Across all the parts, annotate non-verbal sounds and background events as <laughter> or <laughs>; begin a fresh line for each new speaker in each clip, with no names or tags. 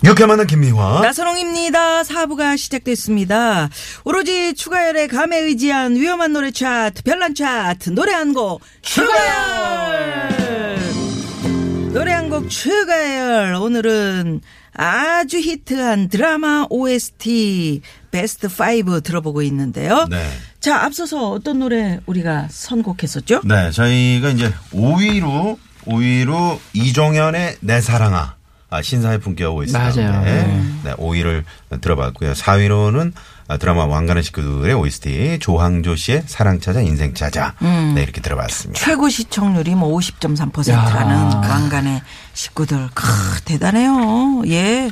이렇게 만난 김미화.
어? 나선홍입니다. 사부가 시작됐습니다. 오로지 추가열의 감에 의지한 위험한 노래 차트, 별난 차트, 노래 한 곡, 추가열! 노래 한 곡 추가열. 오늘은 아주 히트한 드라마 OST 베스트 5 들어보고 있는데요.
네.
자, 앞서서 어떤 노래 우리가 선곡했었죠?
네, 저희가 이제 5위로 5위로 이종현의 내 사랑아 아, 신사의 품격하고 있었는데
맞아요.
네. 5위를 들어봤고요. 4위로는 드라마 왕가는 식구들의 OST 조항조 씨의 사랑 찾아 인생 찾아 네 이렇게 들어봤습니다.
최고 시청률이 뭐 50.3%라는 강간의 식구들. 크, 대단해요. 예.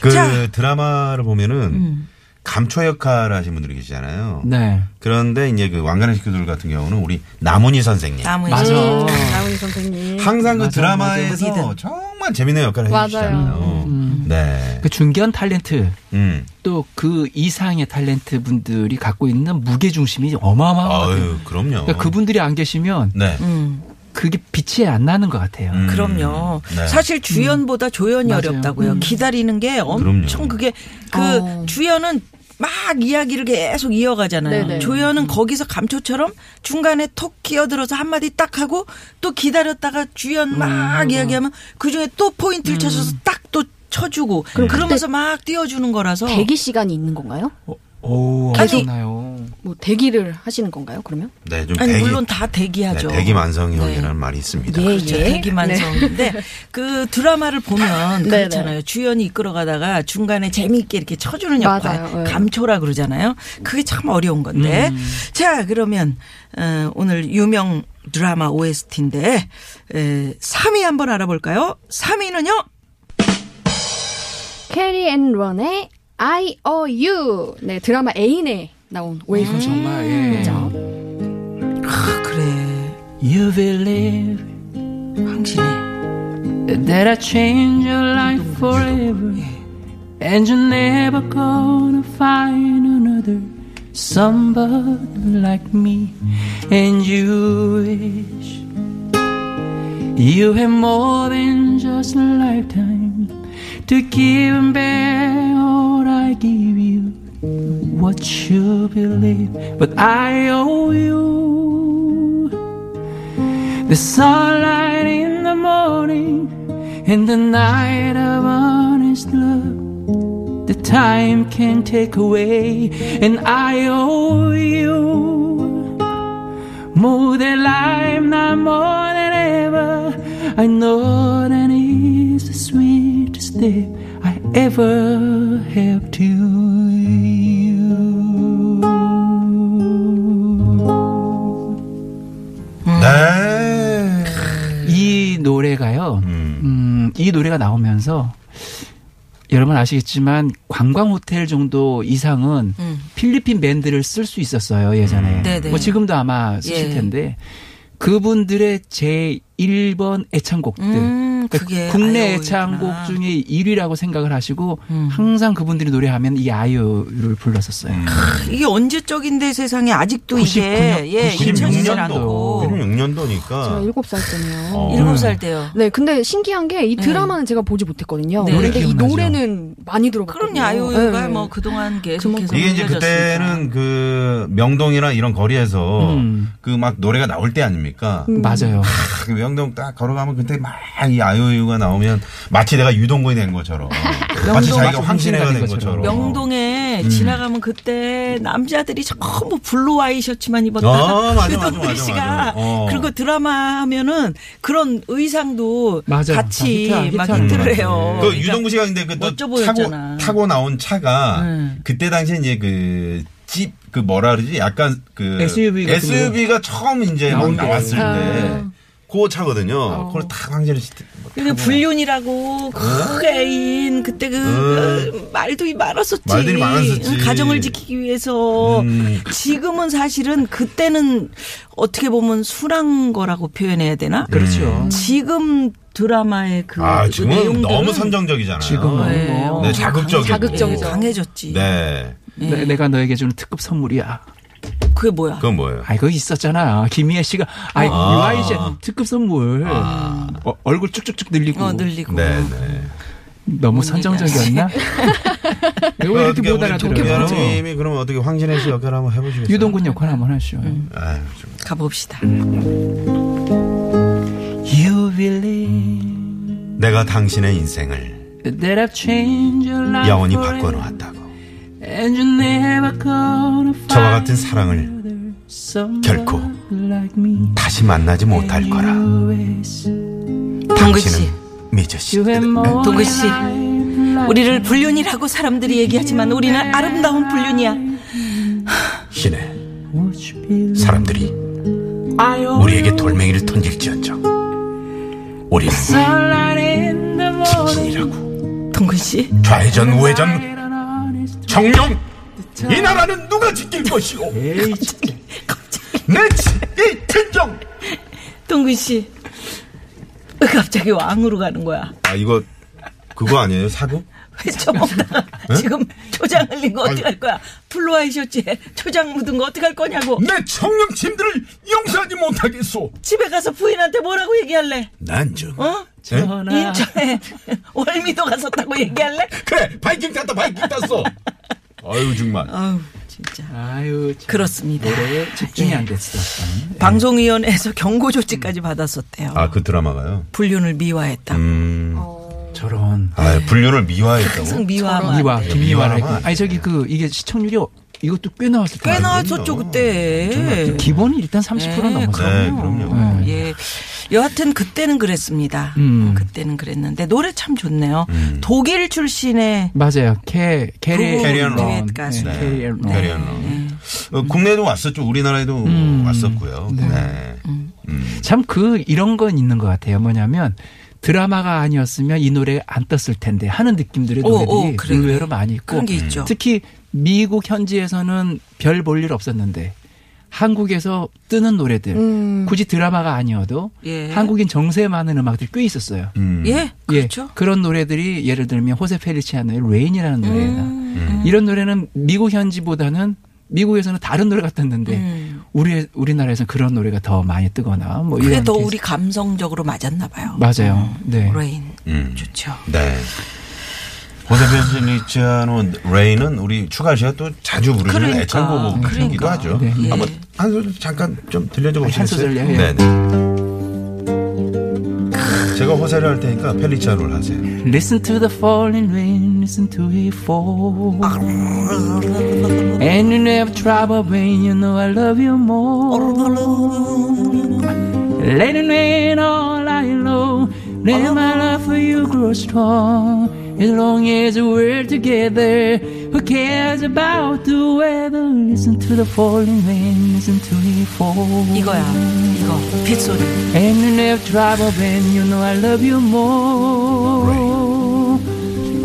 그
자,
드라마를 보면은 감초 역할 하신 분들이 계시잖아요.
네.
그런데 이제 그 왕가는 식구들 같은 경우는 우리 남은희 선생님
남은
맞아.
네.
나훈이 선생님.
항상 그
맞아,
드라마에서
맞아. 어디든.
정말 재밌는 역할을
맞아요.
해주시잖아요. 네.
그 중견 탤런트
음.
또 그 이상의 탤런트 분들이 갖고 있는 무게 중심이 어마어마하거든요.
아유, 그럼요.
그러니까 그분들이 안 계시면
네.
그게 빛이 안 나는 것 같아요.
음.
그럼요.
네.
사실 주연보다 조연이
맞아요.
어렵다고요. 기다리는 게
그럼요.
엄청 그게그 주연은 막 이야기를 계속 이어가잖아요.
네네.
음.
조연은 거기서 감초처럼 중간에 톡 끼어들어서 한마디 딱 하고 또 기다렸다가 주연 막
음.
이야기하면 그 중에 또 포인트를 찾아서 딱 또 쳐주고 그러면서 막 띄워주는 거라서
대기 시간이 있는 건가요?
오,
아니.
엄청나요.
뭐 대기를 하시는 건가요? 그러면?
네, 좀
아니
대기,
물론 다 대기하죠.
네, 대기 만성형이라는 말이 있습니다.
네.
네.
예.
그렇죠. 대기만성인데 그 드라마를 보면
네네.
그렇잖아요. 주연이 이끌어가다가 중간에 재미있게 이렇게 쳐주는 역할
맞아요. 네.
감초라 그러잖아요. 그게 참 어려운 건데
음.
자 그러면 어, 오늘 유명 드라마 OST인데 에, 3위 한번 알아볼까요? 3위는요.
캐리 앤 런의 I O U. 네, 드라마 애인에 나온 오이소
이건
음.
정말 예.
아 그래
You believe
황신이
that I change your life forever and you're never gonna find another somebody like me and you wish you had more than just a lifetime to give and bear all I give you what you believe but I owe you the sunlight in the morning and the night of honest love the time can take away and i owe you more than life now more than ever i know that is the sweetest step i ever have to you
네.
이 노래가요.
음.
음, 이 노래가 나오면서 여러분 아시겠지만 관광 호텔 정도 이상은 필리핀 밴드를 쓸 수 있었어요 예전에.
음. 네네.
뭐 지금도 아마
예.
쓰실 텐데 그분들의 제 1번 애창곡들.
음, 그게
네. 그러니까 국내
아이오이구나. 음.
애창곡 중에 1위라고 생각을 하시고 항상 그분들이 노래하면 이 아이유를 불렀었어요.
이게 언제적인데 세상에 아직도
99년,
이게 예
96
잊혀지질
년도.
않고
96년도니까.
제가 7살 때네요.
아. 어.
일곱 살 때요.
네, 근데 신기한 게 이 드라마는 제가 보지 못했거든요.
네.
노래
근데 이
기억나죠?
노래는 많이 들어봤거든요.
그럼요. 아이오유가
네.
뭐 그동안 계속해서
그만큼.
이게 이제 그때는 그 명동이나 이런 거리에서
음.
그 막 노래가 나올 때 아닙니까?
맞아요.
음.
크, 명동 딱 걸어가면 그때 막 이 아이오유가 나오면 마치 내가 유동거이 된 것처럼 마치
명동
자기가
마치
황신애가 된
황신애가 된
것처럼.
명동에
음.
지나가면 그때 남자들이 전부 블루 와이셔츠만 입었다.
아, 맞아, 맞아, 맞아,
유동근 씨가
맞아. 어.
그리고 드라마 하면은 그런 의상도
맞아.
같이
다 히트하-
막
히트하는
히트를
거
해요. 그러니까
같아.
그 유동구 씨가 근데 그
어, 멋져
또
보였잖아.
타고 타고 나온 차가
네.
그때 당시에 이제 그 집, 그 뭐라 그러지? 약간 그
SUV 같은
SUV가 처음 이제 막
나온 게.
아.
나왔을 때 고 차거든요.
어.
그걸 다 뭐. 황재민 씨.
그리고
어?
불륜이라고 그 애인 그때 그
음.
그 말도 이 많았었지.
말들이 많았었지. 음.
가정을 지키기 위해서 지금은 사실은 그때는 어떻게 보면 순한 거라고 표현해야 되나? 음.
그렇죠.
지금 드라마의 그
아 지금은
내용들은
너무 선정적이잖아요.
지금은.
네,
뭐.
네,
어,
자극적이고.
자극적이죠.
강해졌지.
네.
내- 내가 너에게 주는 특급 선물이야.
그게 뭐야?
그건 뭐예요?
아, 이거 있었잖아. 김희애 씨가. 아, 유아이제 특급 선물.
아.
어, 얼굴 쭉쭉쭉 늘리고.
어, 늘리고.
네, 네.
<laughs>
너무 선정적이었나? 왜 이렇게 못 알아들어요?
여러분이 그럼 어떻게 황진혜 씨 역할 한번 해보시겠어요?
유동근 역할 한번 하시죠.
음.
아유, 좀.
가봅시다.
You believe
내가 당신의 인생을
that I've changed your
아,
life
영원히
forever
바꿔놓았다고.
and you're never gonna find
저와 같은 사랑을
another somebody
결코
like me.
다시 만나지 못할 거라.
음.
Always
동근 씨,
당신은 미저 씨.
you and more
음. 동근 씨.
life like
우리를 불륜이라고 사람들이 얘기하지만 우리는 아름다운 불륜이야.
신의
what you believe.
사람들이
I
우리에게 돌멩이를 던질지언정 우리는
sunlight in the morning
진이라고
동근 씨,
좌회전 우회전
and an honest
정령 이 나라는 누가 지킬 것이오 내이 진정
동근 씨. 왜 갑자기 왕으로 가는 거야?
아 이거 그거 아니에요 사구?
왜 처먹다가
네?
지금 초장 흘린 거 어떡할 거야? 플로아이 셔츠에 초장 묻은 거 어떡할 거냐고.
내 청령 짐들을 용서하지 못하겠소
집에 가서 부인한테 뭐라고 얘기할래?
난좀
어?
아.
전화
인천에 <laughs> 월미도 갔었다고 얘기할래?
그래 바이킹 탔다 바이킹 탔어 아유 정말
아우 진짜
아유 참.
그렇습니다.
네, 노래에 집중이
예.
안 됐어
방송위원회에서 경고 조치까지 받았었대요.
아 음. 그 드라마가요
불륜을 미화했다. 고
저런
아 불륜을 미화했다고
어. 항상 미화만.
미화 김미화라고
미화라고
아니 저기 그 이게 시청률이 이것도 꽤 나왔을
꽤
텐데.
나왔었죠 그때.
기본이 일단 30%
네,
넘었어요.
네 그럼요
예. 여하튼 그때는 그랬습니다.
음.
그때는 그랬는데 노래 참 좋네요. 독일 출신의
맞아요. 캐 캐리
부부
캐리언 런.
듀엣 가수.
네.
캐리 앤 런.
캐리언 어, 국내도 왔었죠. 우리나라에도 왔었고요. 네.
참 그 이런 건 있는 것 같아요. 뭐냐면 드라마가 아니었으면 이 노래 안 떴을 텐데 하는 느낌들의
오,
노래들이
오, 그래,
의외로 많이 있고
그런 게 있죠.
특히 미국 현지에서는 별 볼 일 없었는데 한국에서 뜨는 노래들 굳이 드라마가 아니어도
음. 예.
한국인 정세 많은 음악들 꽤 있었어요.
음.
예, 그렇죠.
예, 그런 노래들이 예를 들면 호세 페리치아노의 레인이라는 노래나
음.
이런 노래는 미국 현지보다는 미국에서는 다른 노래가 떴는데 우리 우리나라에서는 그런 노래가 더 많이 뜨거나 뭐
음. 그게
이런
더
케이스.
우리 감성적으로 맞았나 봐요.
맞아요. 네.
레인
음.
좋죠.
네. 호세 펜시리치아노 레이는 우리 추가 씨가 또 자주 부르는
그러니까.
애창곡이기도
그러니까.
하죠.
네.
예.
한번 한 소절 잠깐 좀 들려줘
한
보시겠어요?
소절요? 예.
네. 네. 제가 호세를 할 테니까 펠리치아노를 하세요.
Listen to the falling rain, listen to it fall. And you never trouble when you know I love you more. Let it rain all I know. Let my love for you grow strong. As long as we're together, who cares about the weather? Listen to the falling rain, listen to it fall.
이거야. 이거 빗소리.
And you never trouble when you know I love you more.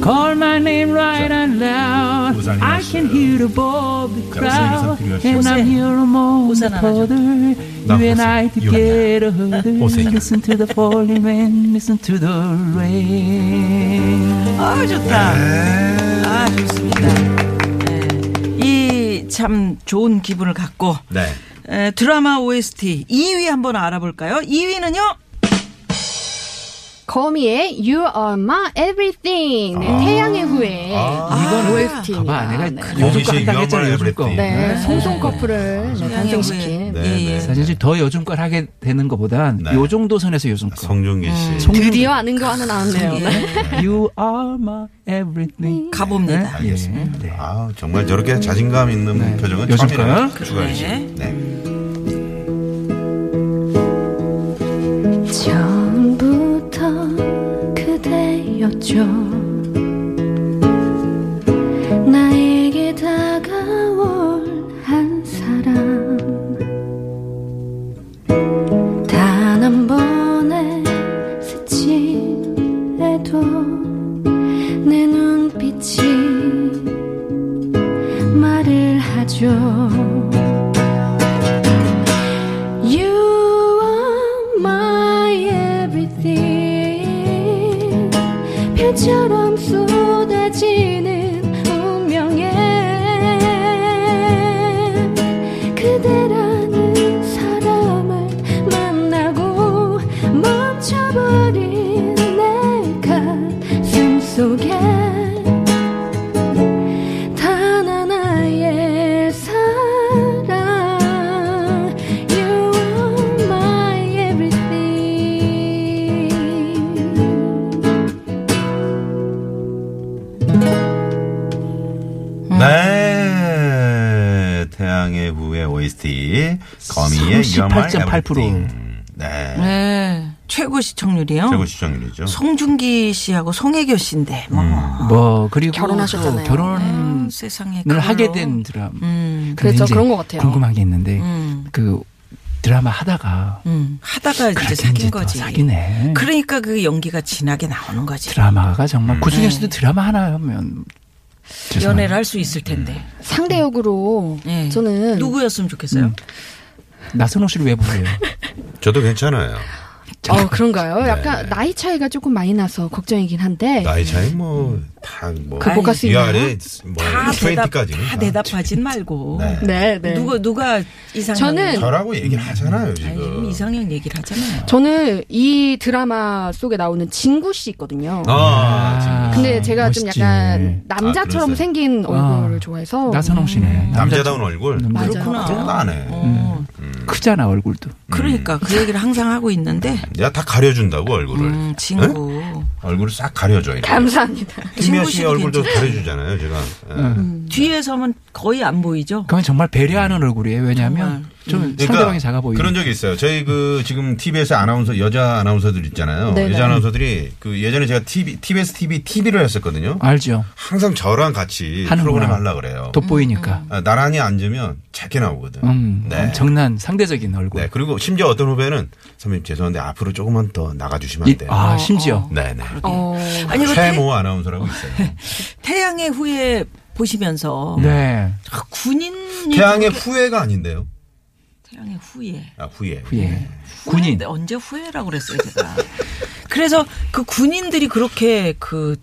Call my name right out loud.
우산이
I can hear above the
뭐 자, 우산이 우산
crowd.
필요하시죠?
And I'm here among
우산
the
안 하죠?
other.
나
You and
우산,
I
you and
together.
우산이야.
Listen to the falling rain. Listen to the rain.
아 좋다.
네.
아 좋습니다. 네. 이 참 좋은 기분을 갖고
네.
에, 드라마 OST 2위 한번 알아볼까요? 2위는요.
거미의 You Are My Everything 네, 태양의 후예 이건 OST입니다.
아,
봐봐, 내가
네,
그 요즘 거
거기서
한다고
이겨만
했잖아, 요즘 거.
해버렸지.
네, 송송 커플을 네,
후예.
탄생시킨
네,
예,
네.
예.
사실 더 요즘 걸 하게 되는 것보단
네. 아,
요 정도 선에서 요즘 거.
성종기 씨.
드디어 아는 거 하나 나왔네요. 네.
You are my everything.
가봅니다.
알겠습니다. 아 정말 저렇게 자신감 있는 표정은
요즘
처음이라
거요?
추가 씨.
그래.
네.
처음부터 그대였죠 나에게 다가올 한 사람 단 한 번 있지 말을 하죠 You are my everything 별처럼 쏟아지는 운명에 그대라는 사람을 만나고 멈춰버린 내 가슴 속에 단 하나의 사랑 You are my everything
네. 태양의 후예 OST 거미의 You're My Everything. 네.
네. 최고 시청률이요.
최고 시청률이죠.
송중기 씨하고 송혜교 씨인데 뭐
뭐 그리고 또
결혼하셨잖아요.
결혼을
네.
음, 세상에
하게
그걸로.
된 드라마.
음,
근데
그렇죠.
이제
그런 것 같아요.
궁금한 게 있는데
음.
그 드라마 하다가
음, 하다가
그렇게
이제 사귄
이제
거지.
또 사귀네.
그러니까 그 연기가 진하게 나오는 거지.
드라마가 정말
음.
네.
구승현 씨도 드라마 하나 하면 죄송합니다.
연애를 할 수 있을 텐데.
상대 역으로
예.
저는
누구였으면 좋겠어요?
나선홍 씨를 왜 보세요?
저도 괜찮아요.
어 그런가요? 약간
네.
나이 차이가 조금 많이 나서 걱정이긴 한데
나이 차이 뭐 다뭐
극복할 네. 수 있나요?
위아래 뭐
다 대답 다
20까지는 아,
대답하진 말고.
네.
네, 네.
누가 누가 이상형?
저는
저라고 얘기를 하잖아요
아니,
지금.
지금 이상형 얘기를 하잖아요.
저는 이 드라마 속에 나오는 진구 씨 있거든요.
아, 지금.
근데
아,
제가
멋있지.
좀 약간 어, 남자처럼
그랬어요?
생긴 얼굴을
아.
좋아해서
나선홍
음.
씨네.
남자다운 얼굴.
남자-
맞아요.
그렇구나.
그런 거 안 해.
어,
크잖아 얼굴도.
그러니까 그 얘기를 항상 하고 있는데
내가 다 가려준다고 얼굴을.
음, 친구
얼굴을 싹 가려줘. 이렇게.
감사합니다.
김미아
친구
씨
씨도
얼굴도 가려주잖아요. 제가. 예.
뒤에서면 거의 안 보이죠.
그건 정말 배려하는 얼굴이에요. 왜냐하면 좀
음.
상대방이 작아 보이는.
음. 그러니까 그런 적이 있어요. 저희 그 지금 TBS 아나운서 여자 아나운서들 있잖아요.
네네.
여자 아나운서들이 그 예전에 제가 TV, TBS TV TV를 했었거든요.
알죠.
항상 저랑 같이
아. 하는구나.
프로그램 하려 그래요.
돋보이니까.
아, 나란히 앉으면 작게 나오거든.
음,
네.
정난 상대적인 얼굴.
네. 그리고 심지어 어떤 후배는 선배님 죄송한데 앞으로 조금만 더 나가주시면 안
이-
돼요.
아 심지어
네네.
어,
아니 그 태,
최모 아나운서라고 있어요.
태양의 후예 보시면서
네.
아, 군인
태양의 후예가 아닌데요.
태양의 후예.
아, 후예.
예. 군인.
후예인데 언제 후예라고 그랬어요 제가. 그래서 그 군인들이 그렇게 그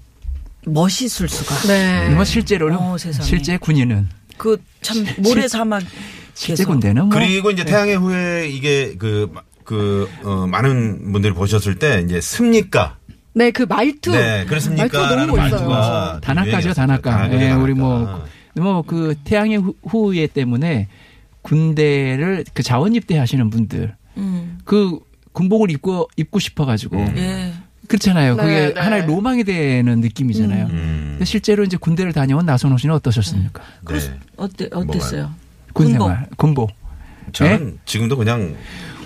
멋있을 수가.
네.
뭐 실제로는
어, 세상에.
실제 군인은
그 참 모래 사막
실제 군대는 뭐
그리고 이제 태양의 후예 이게 그, 그, 어, 많은 분들이 보셨을 때 이제 습니까?
네, 그 말투.
네, 그렇습니까?
말투가
라는
너무 멋있어요.
말투가
단학가죠
유행했었어요.
단학가.
아, 단학가죠, 아.
예,
단학가.
우리 뭐뭐그 태양의 후- 후예 때문에 군대를 그 자원 입대하시는 분들
음.
그 군복을 입고 입고 싶어가지고
음.
예.
그렇잖아요.
네,
그게
네.
하나의 로망이 되는 느낌이잖아요.
음,
근데 실제로 이제 군대를 다녀온 나선호 씨는 어떠셨습니까?
네.
어때 어땠어요?
군
음. 군복.
생활, 군복.
저는 지금도 그냥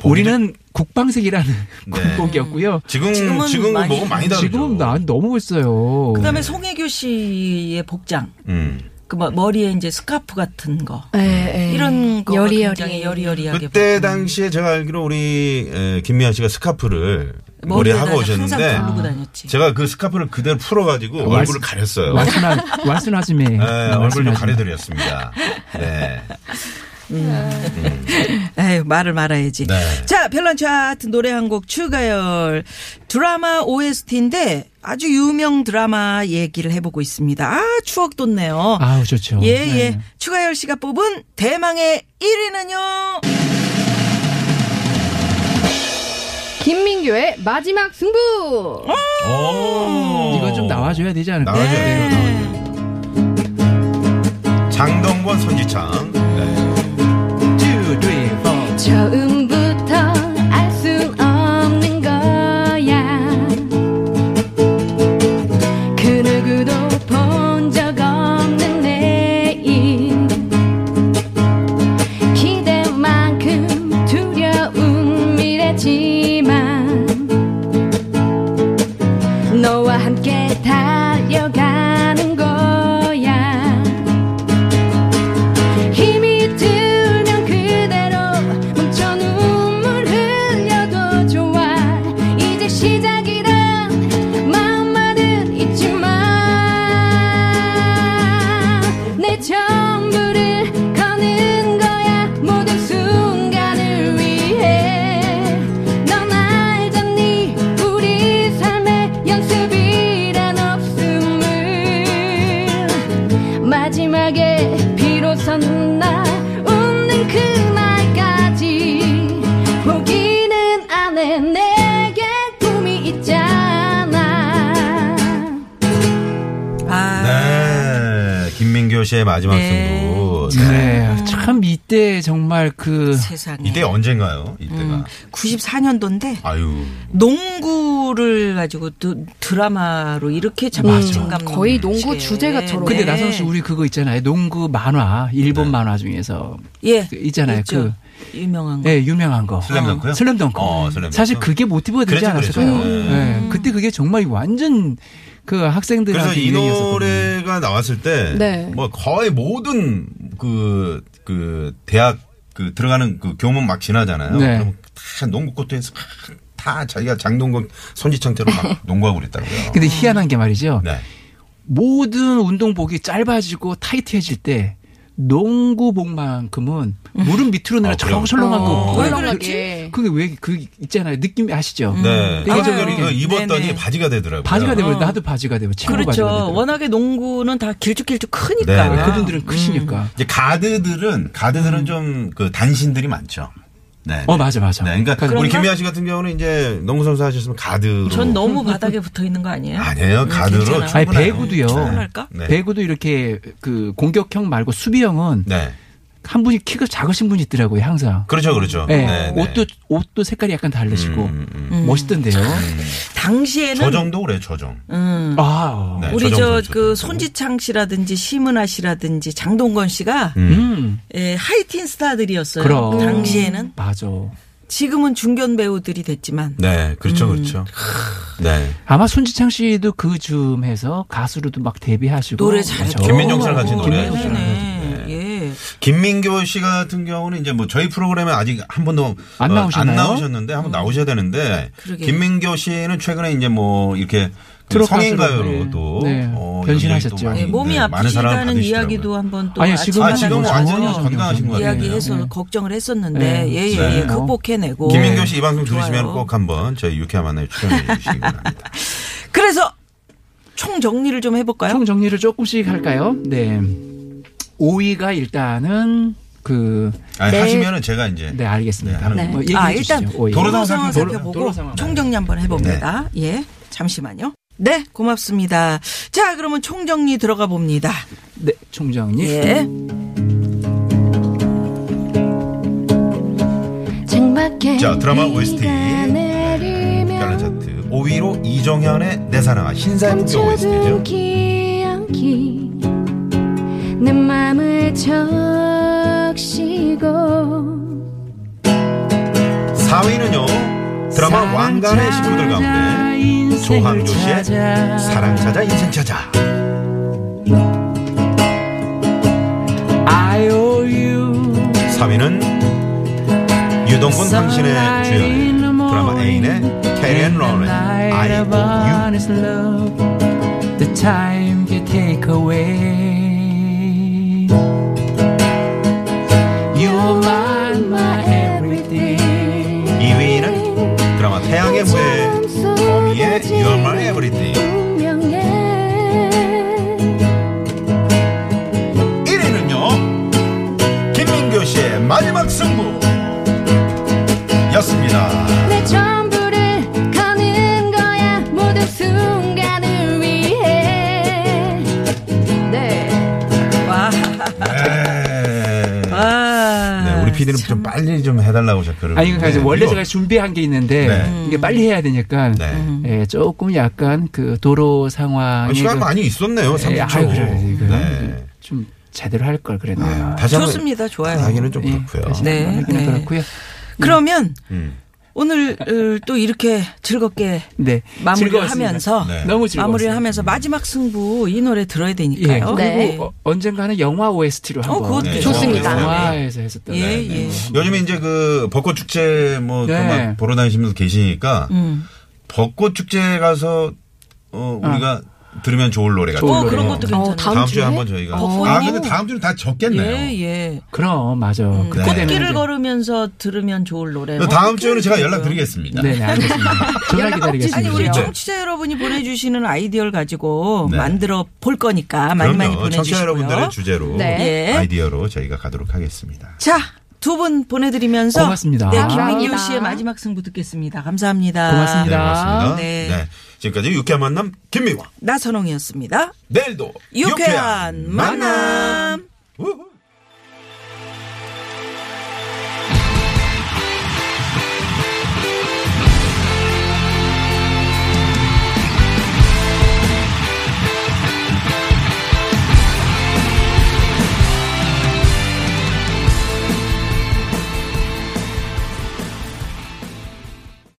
우리는 국방색이라는
네.
군복이었고요.
지금
지금은
지금은
많이-
뭐고 많이 다르죠.
지금 난 너무 멋있어요.
그다음에 송혜교 씨의 복장,
음.
그 뭐 머리에 이제 스카프 같은 거
네,
이런 거
여리여리.
굉장히 여리여리하게
그때
보고.
당시에 제가 알기로 우리 에, 김미아 씨가 스카프를 머리에
머리에다가
하고
항상
오셨는데
두르고 다녔지.
제가 그 스카프를 그대로 풀어가지고
왈스-
얼굴을 가렸어요.
왈순하, 왈순하지매.
네, 얼굴 좀
왈순하지매.
가려드렸습니다. 네.
에휴, 말을 말아야지.
네.
자, 별난 차트 노래 한 곡 추가열 드라마 OST인데 아주 유명 드라마 얘기를 해보고 있습니다. 아, 추억 돋네요.
아우, 좋죠.
예, 예.
네.
추가열 씨가 뽑은 대망의 1위는요.
김민규의 마지막 승부.
오.
이건 좀 나와줘야 되지 않을까?
어. 나와줘야 돼요.
네.
장동건 손지창. 네.
Two, three, four.
처음부터 알 수 없는 거야 그 누구도 본 적 없는 내일 기대만큼 두려운 미래지만 너와 함께 달려가는 거야 힘이 들면 그대로 멈춰 눈그
아.
네. 라디오 시의 마지막 승부. 네.
네. 참 이때 정말 그
세상에.
이때 언젠가요? 이때가.
94년도인데
아유.
농구를 가지고 또 드라마로 이렇게 참
맞아.
진감
거의 농구 주제가처럼.
근데
네.
나선 씨 우리 그거 있잖아요. 농구 만화 일본
네.
만화 중에서
예
그 있잖아요.
있죠.
그
유명한 거.
네, 유명한 거.
슬램덩크요?
슬램덩크.
어, 슬램덩크.
사실 그게 모티브가 되지
그랬죠,
않았을까요?
그랬죠.
네, 그때 그게 정말 완전 그
그래서
학생들한테
이
유행이었었거든요.
노래가 나왔을 때,
네.
뭐 거의 모든 그, 그, 대학, 그, 들어가는 그 교문 막 지나잖아요.
네.
그럼 다 농구 코트에서 막 다 자기가 장동건 손지창태로
<laughs>
막 농구하고 그랬다고요.
근데 희한한 게 말이죠.
네.
모든 운동복이 짧아지고 타이트해질 때 농구복만큼은 무릎 밑으로 내려
아, 그래요?
철렁철렁한 거.
어.
왜
왜
그러지?
그러지?
그게 왜, 그 있잖아요. 느낌이 아시죠?
네.
음.
음.
이게 좀
아,
이렇게-
이거 입었더니
네네.
바지가 되더라고요.
바지가 되면 나도 바지가 되면 친구
그렇죠.
바지가 되면
워낙에 농구는 다 길쭉길쭉
네, 네.
크니까.
그분들은 크시니까.
이제 가드들은 가드들은 좀 그 단신들이 많죠. 네.
음. 어, 맞아, 맞아.
네, 그러니까
그런가?
우리 김미아 씨 같은 경우는 이제 농구 선수 하셨으면 가드로.
음. 전 너무 바닥에 붙어 있는 거 아니에요? 음,
아니에요, 가드로. 충분해요.
괜찮아요.
음. 아니 배구도요.
충분할까?
네.
배구도 이렇게 그 공격형 말고 수비형은
네.
한 분이 키가 작으신 분이 있더라고요 항상.
그렇죠, 그렇죠.
예.
네, 네.
옷도 옷도 색깔이 약간 다르시고
음,
멋있던데요.
저
당시에는 음.
정도 그래, 저 정.
아,
네, 저
우리 저
정도, 정도.
그 손지창 씨라든지 심은하 씨라든지 장동건 씨가
음,
예, 하이틴 스타들이었어요.
그럼.
당시에는
맞아.
지금은 중견 배우들이 됐지만
네, 그렇죠,
음.
그렇죠. 네.
아마 손지창 씨도 그 즈음에서 가수로도 막 데뷔하시고
노래 잘했죠.
김민정 씨랑 같이 노래.
네,
잘하죠.
아, 네. 예.
김민교 씨 같은 경우는 이제 뭐 저희 프로그램에 아직 한 번도
안 나오셨나요?
는데 한번 나오셔야 되는데
음. 그러게요.
김민교 씨는 최근에 이제 뭐 이렇게 그
트롯
성인가요로
가수로,
또 어,
네. 네. 변신하셨죠.
연예인도 많이,
네, 몸이
네, 많은 사랑을
아프시다는
받으시더라고요.
이야기도 한번 또
아니요, 지금은
아,
아침마다 뭐
지금
아니고
완전히
전혀
건강하신 것 같아요.
이야기해서
네.
걱정을 했었는데
네.
예예
네.
극복해내고
김민교 씨 이 방송 들으시면
좋아요.
꼭 한번 저희 유쾌한 만남에 출연해 주시기 바랍니다.
그래서 총 정리를 좀 해볼까요?
총 정리를 조금씩 할까요? 네. 5위가 일단은 그
아니,
네.
하시면은 제가 이제
네, 알겠습니다.
네, 하는
뭐 얘기해
아
주시죠.
일단
오이.
도로
어, 예. 도로
상황
상황 네.
살펴보고
도로 상황.
총정리 한번 해봅니다. 예 잠시만요. 네 고맙습니다. 자 그러면 총정리 들어가 봅니다.
네, 총정리.
예.
네.
장밖에
자, 드라마 OST.
비가
갤런
내리면
차트 5위로 음. 이정현의 내 사랑아 신사의 오 OST죠.
감춰둔 기억이 내 맘을 적시고
음. 4위는요 드라마 왕관의 식구들 가운데 조항조 씨의 사랑 찾아 인생 찾아.
I owe you
3위는 유동근 당신의 주연의 드라마 애인의 캐리 앤 로렌 I O U
The time you take away You're mine, my everything
그
2위는 드라마 태양의 후예 거미의 You're My Everything
운명에
1위는요 김민교 씨의 마지막 승부 였습니다
내 전부를 거는 거야 모든 순간을 위해 네
와.
네.
아.
네, 우리 PD는 좀 빨리 좀 해달라고 자꾸
아니 그러니까 이제 원래
네, 이거-
제가 준비한 게 있는데
네.
이게 빨리 해야 되니까
네. 음.
예, 조금 약간 그 도로 상황이
아, 시간
그-
많이 있었네요
예,
30초
아유, 그래요, 이거.
네.
좀 제대로 할 걸 그랬네요.
다시 한번 음.
좋습니다. 좋아요.
하기는 좀
예,
그렇고요
다시
네,
한번 하기는
네.
그렇고요.
그러면
음.
오늘 어, 또 이렇게 즐겁게
네,
마무리를
즐거웠습니다.
하면서
네.
너무 즐거웠어요.
마무리를 하면서 마지막 승부 이 노래 들어야
예,
되니까요.
그리고
네.
어, 언젠가는 영화 OST로 한번
그것도
네,
좋습니다.
영화에서 했었던
예,
네,
예.
네.
요즘에 이제 그 벚꽃 축제 뭐
네.
그 막 보러 다니시면서 계시니까
음.
벚꽃 축제 가서 어 우리가 들으면 좋을 노래가
좋을
어
있어요.
그런 것도 괜찮아요.
어, 다음
다음 주에
주에?
한번 저희가
벚꽃이요?
아 근데 다음 주는 다 적겠네요. 네.
예, 예.
그럼 맞아. 그때 되면
길을
이제-
걸으면서 들으면 좋을 노래. 뭐
다음 주에는
그런
제가
거
연락
있고요.
드리겠습니다.
네, 네, 알겠습니다. 전화 기다리겠습니다.
아니 우리
네.
청취자 여러분이 보내주시는 아이디어를 가지고
네.
만들어 볼 거니까 많이 많이
그럼요. 청취자
보내주시고요.
여러분들의 주제로
네.
예.
아이디어로 저희가 가도록 하겠습니다.
자 두 분 보내드리면서
고맙습니다.
네,
감사합니다.
김민기호 씨의 마지막 승부 듣겠습니다. 감사합니다.
고맙습니다.
네, 고맙습니다.
네.
네. 지금까지 유쾌한 만남 김미화.
나선홍이었습니다.
내일도
유쾌한 만남.
우후.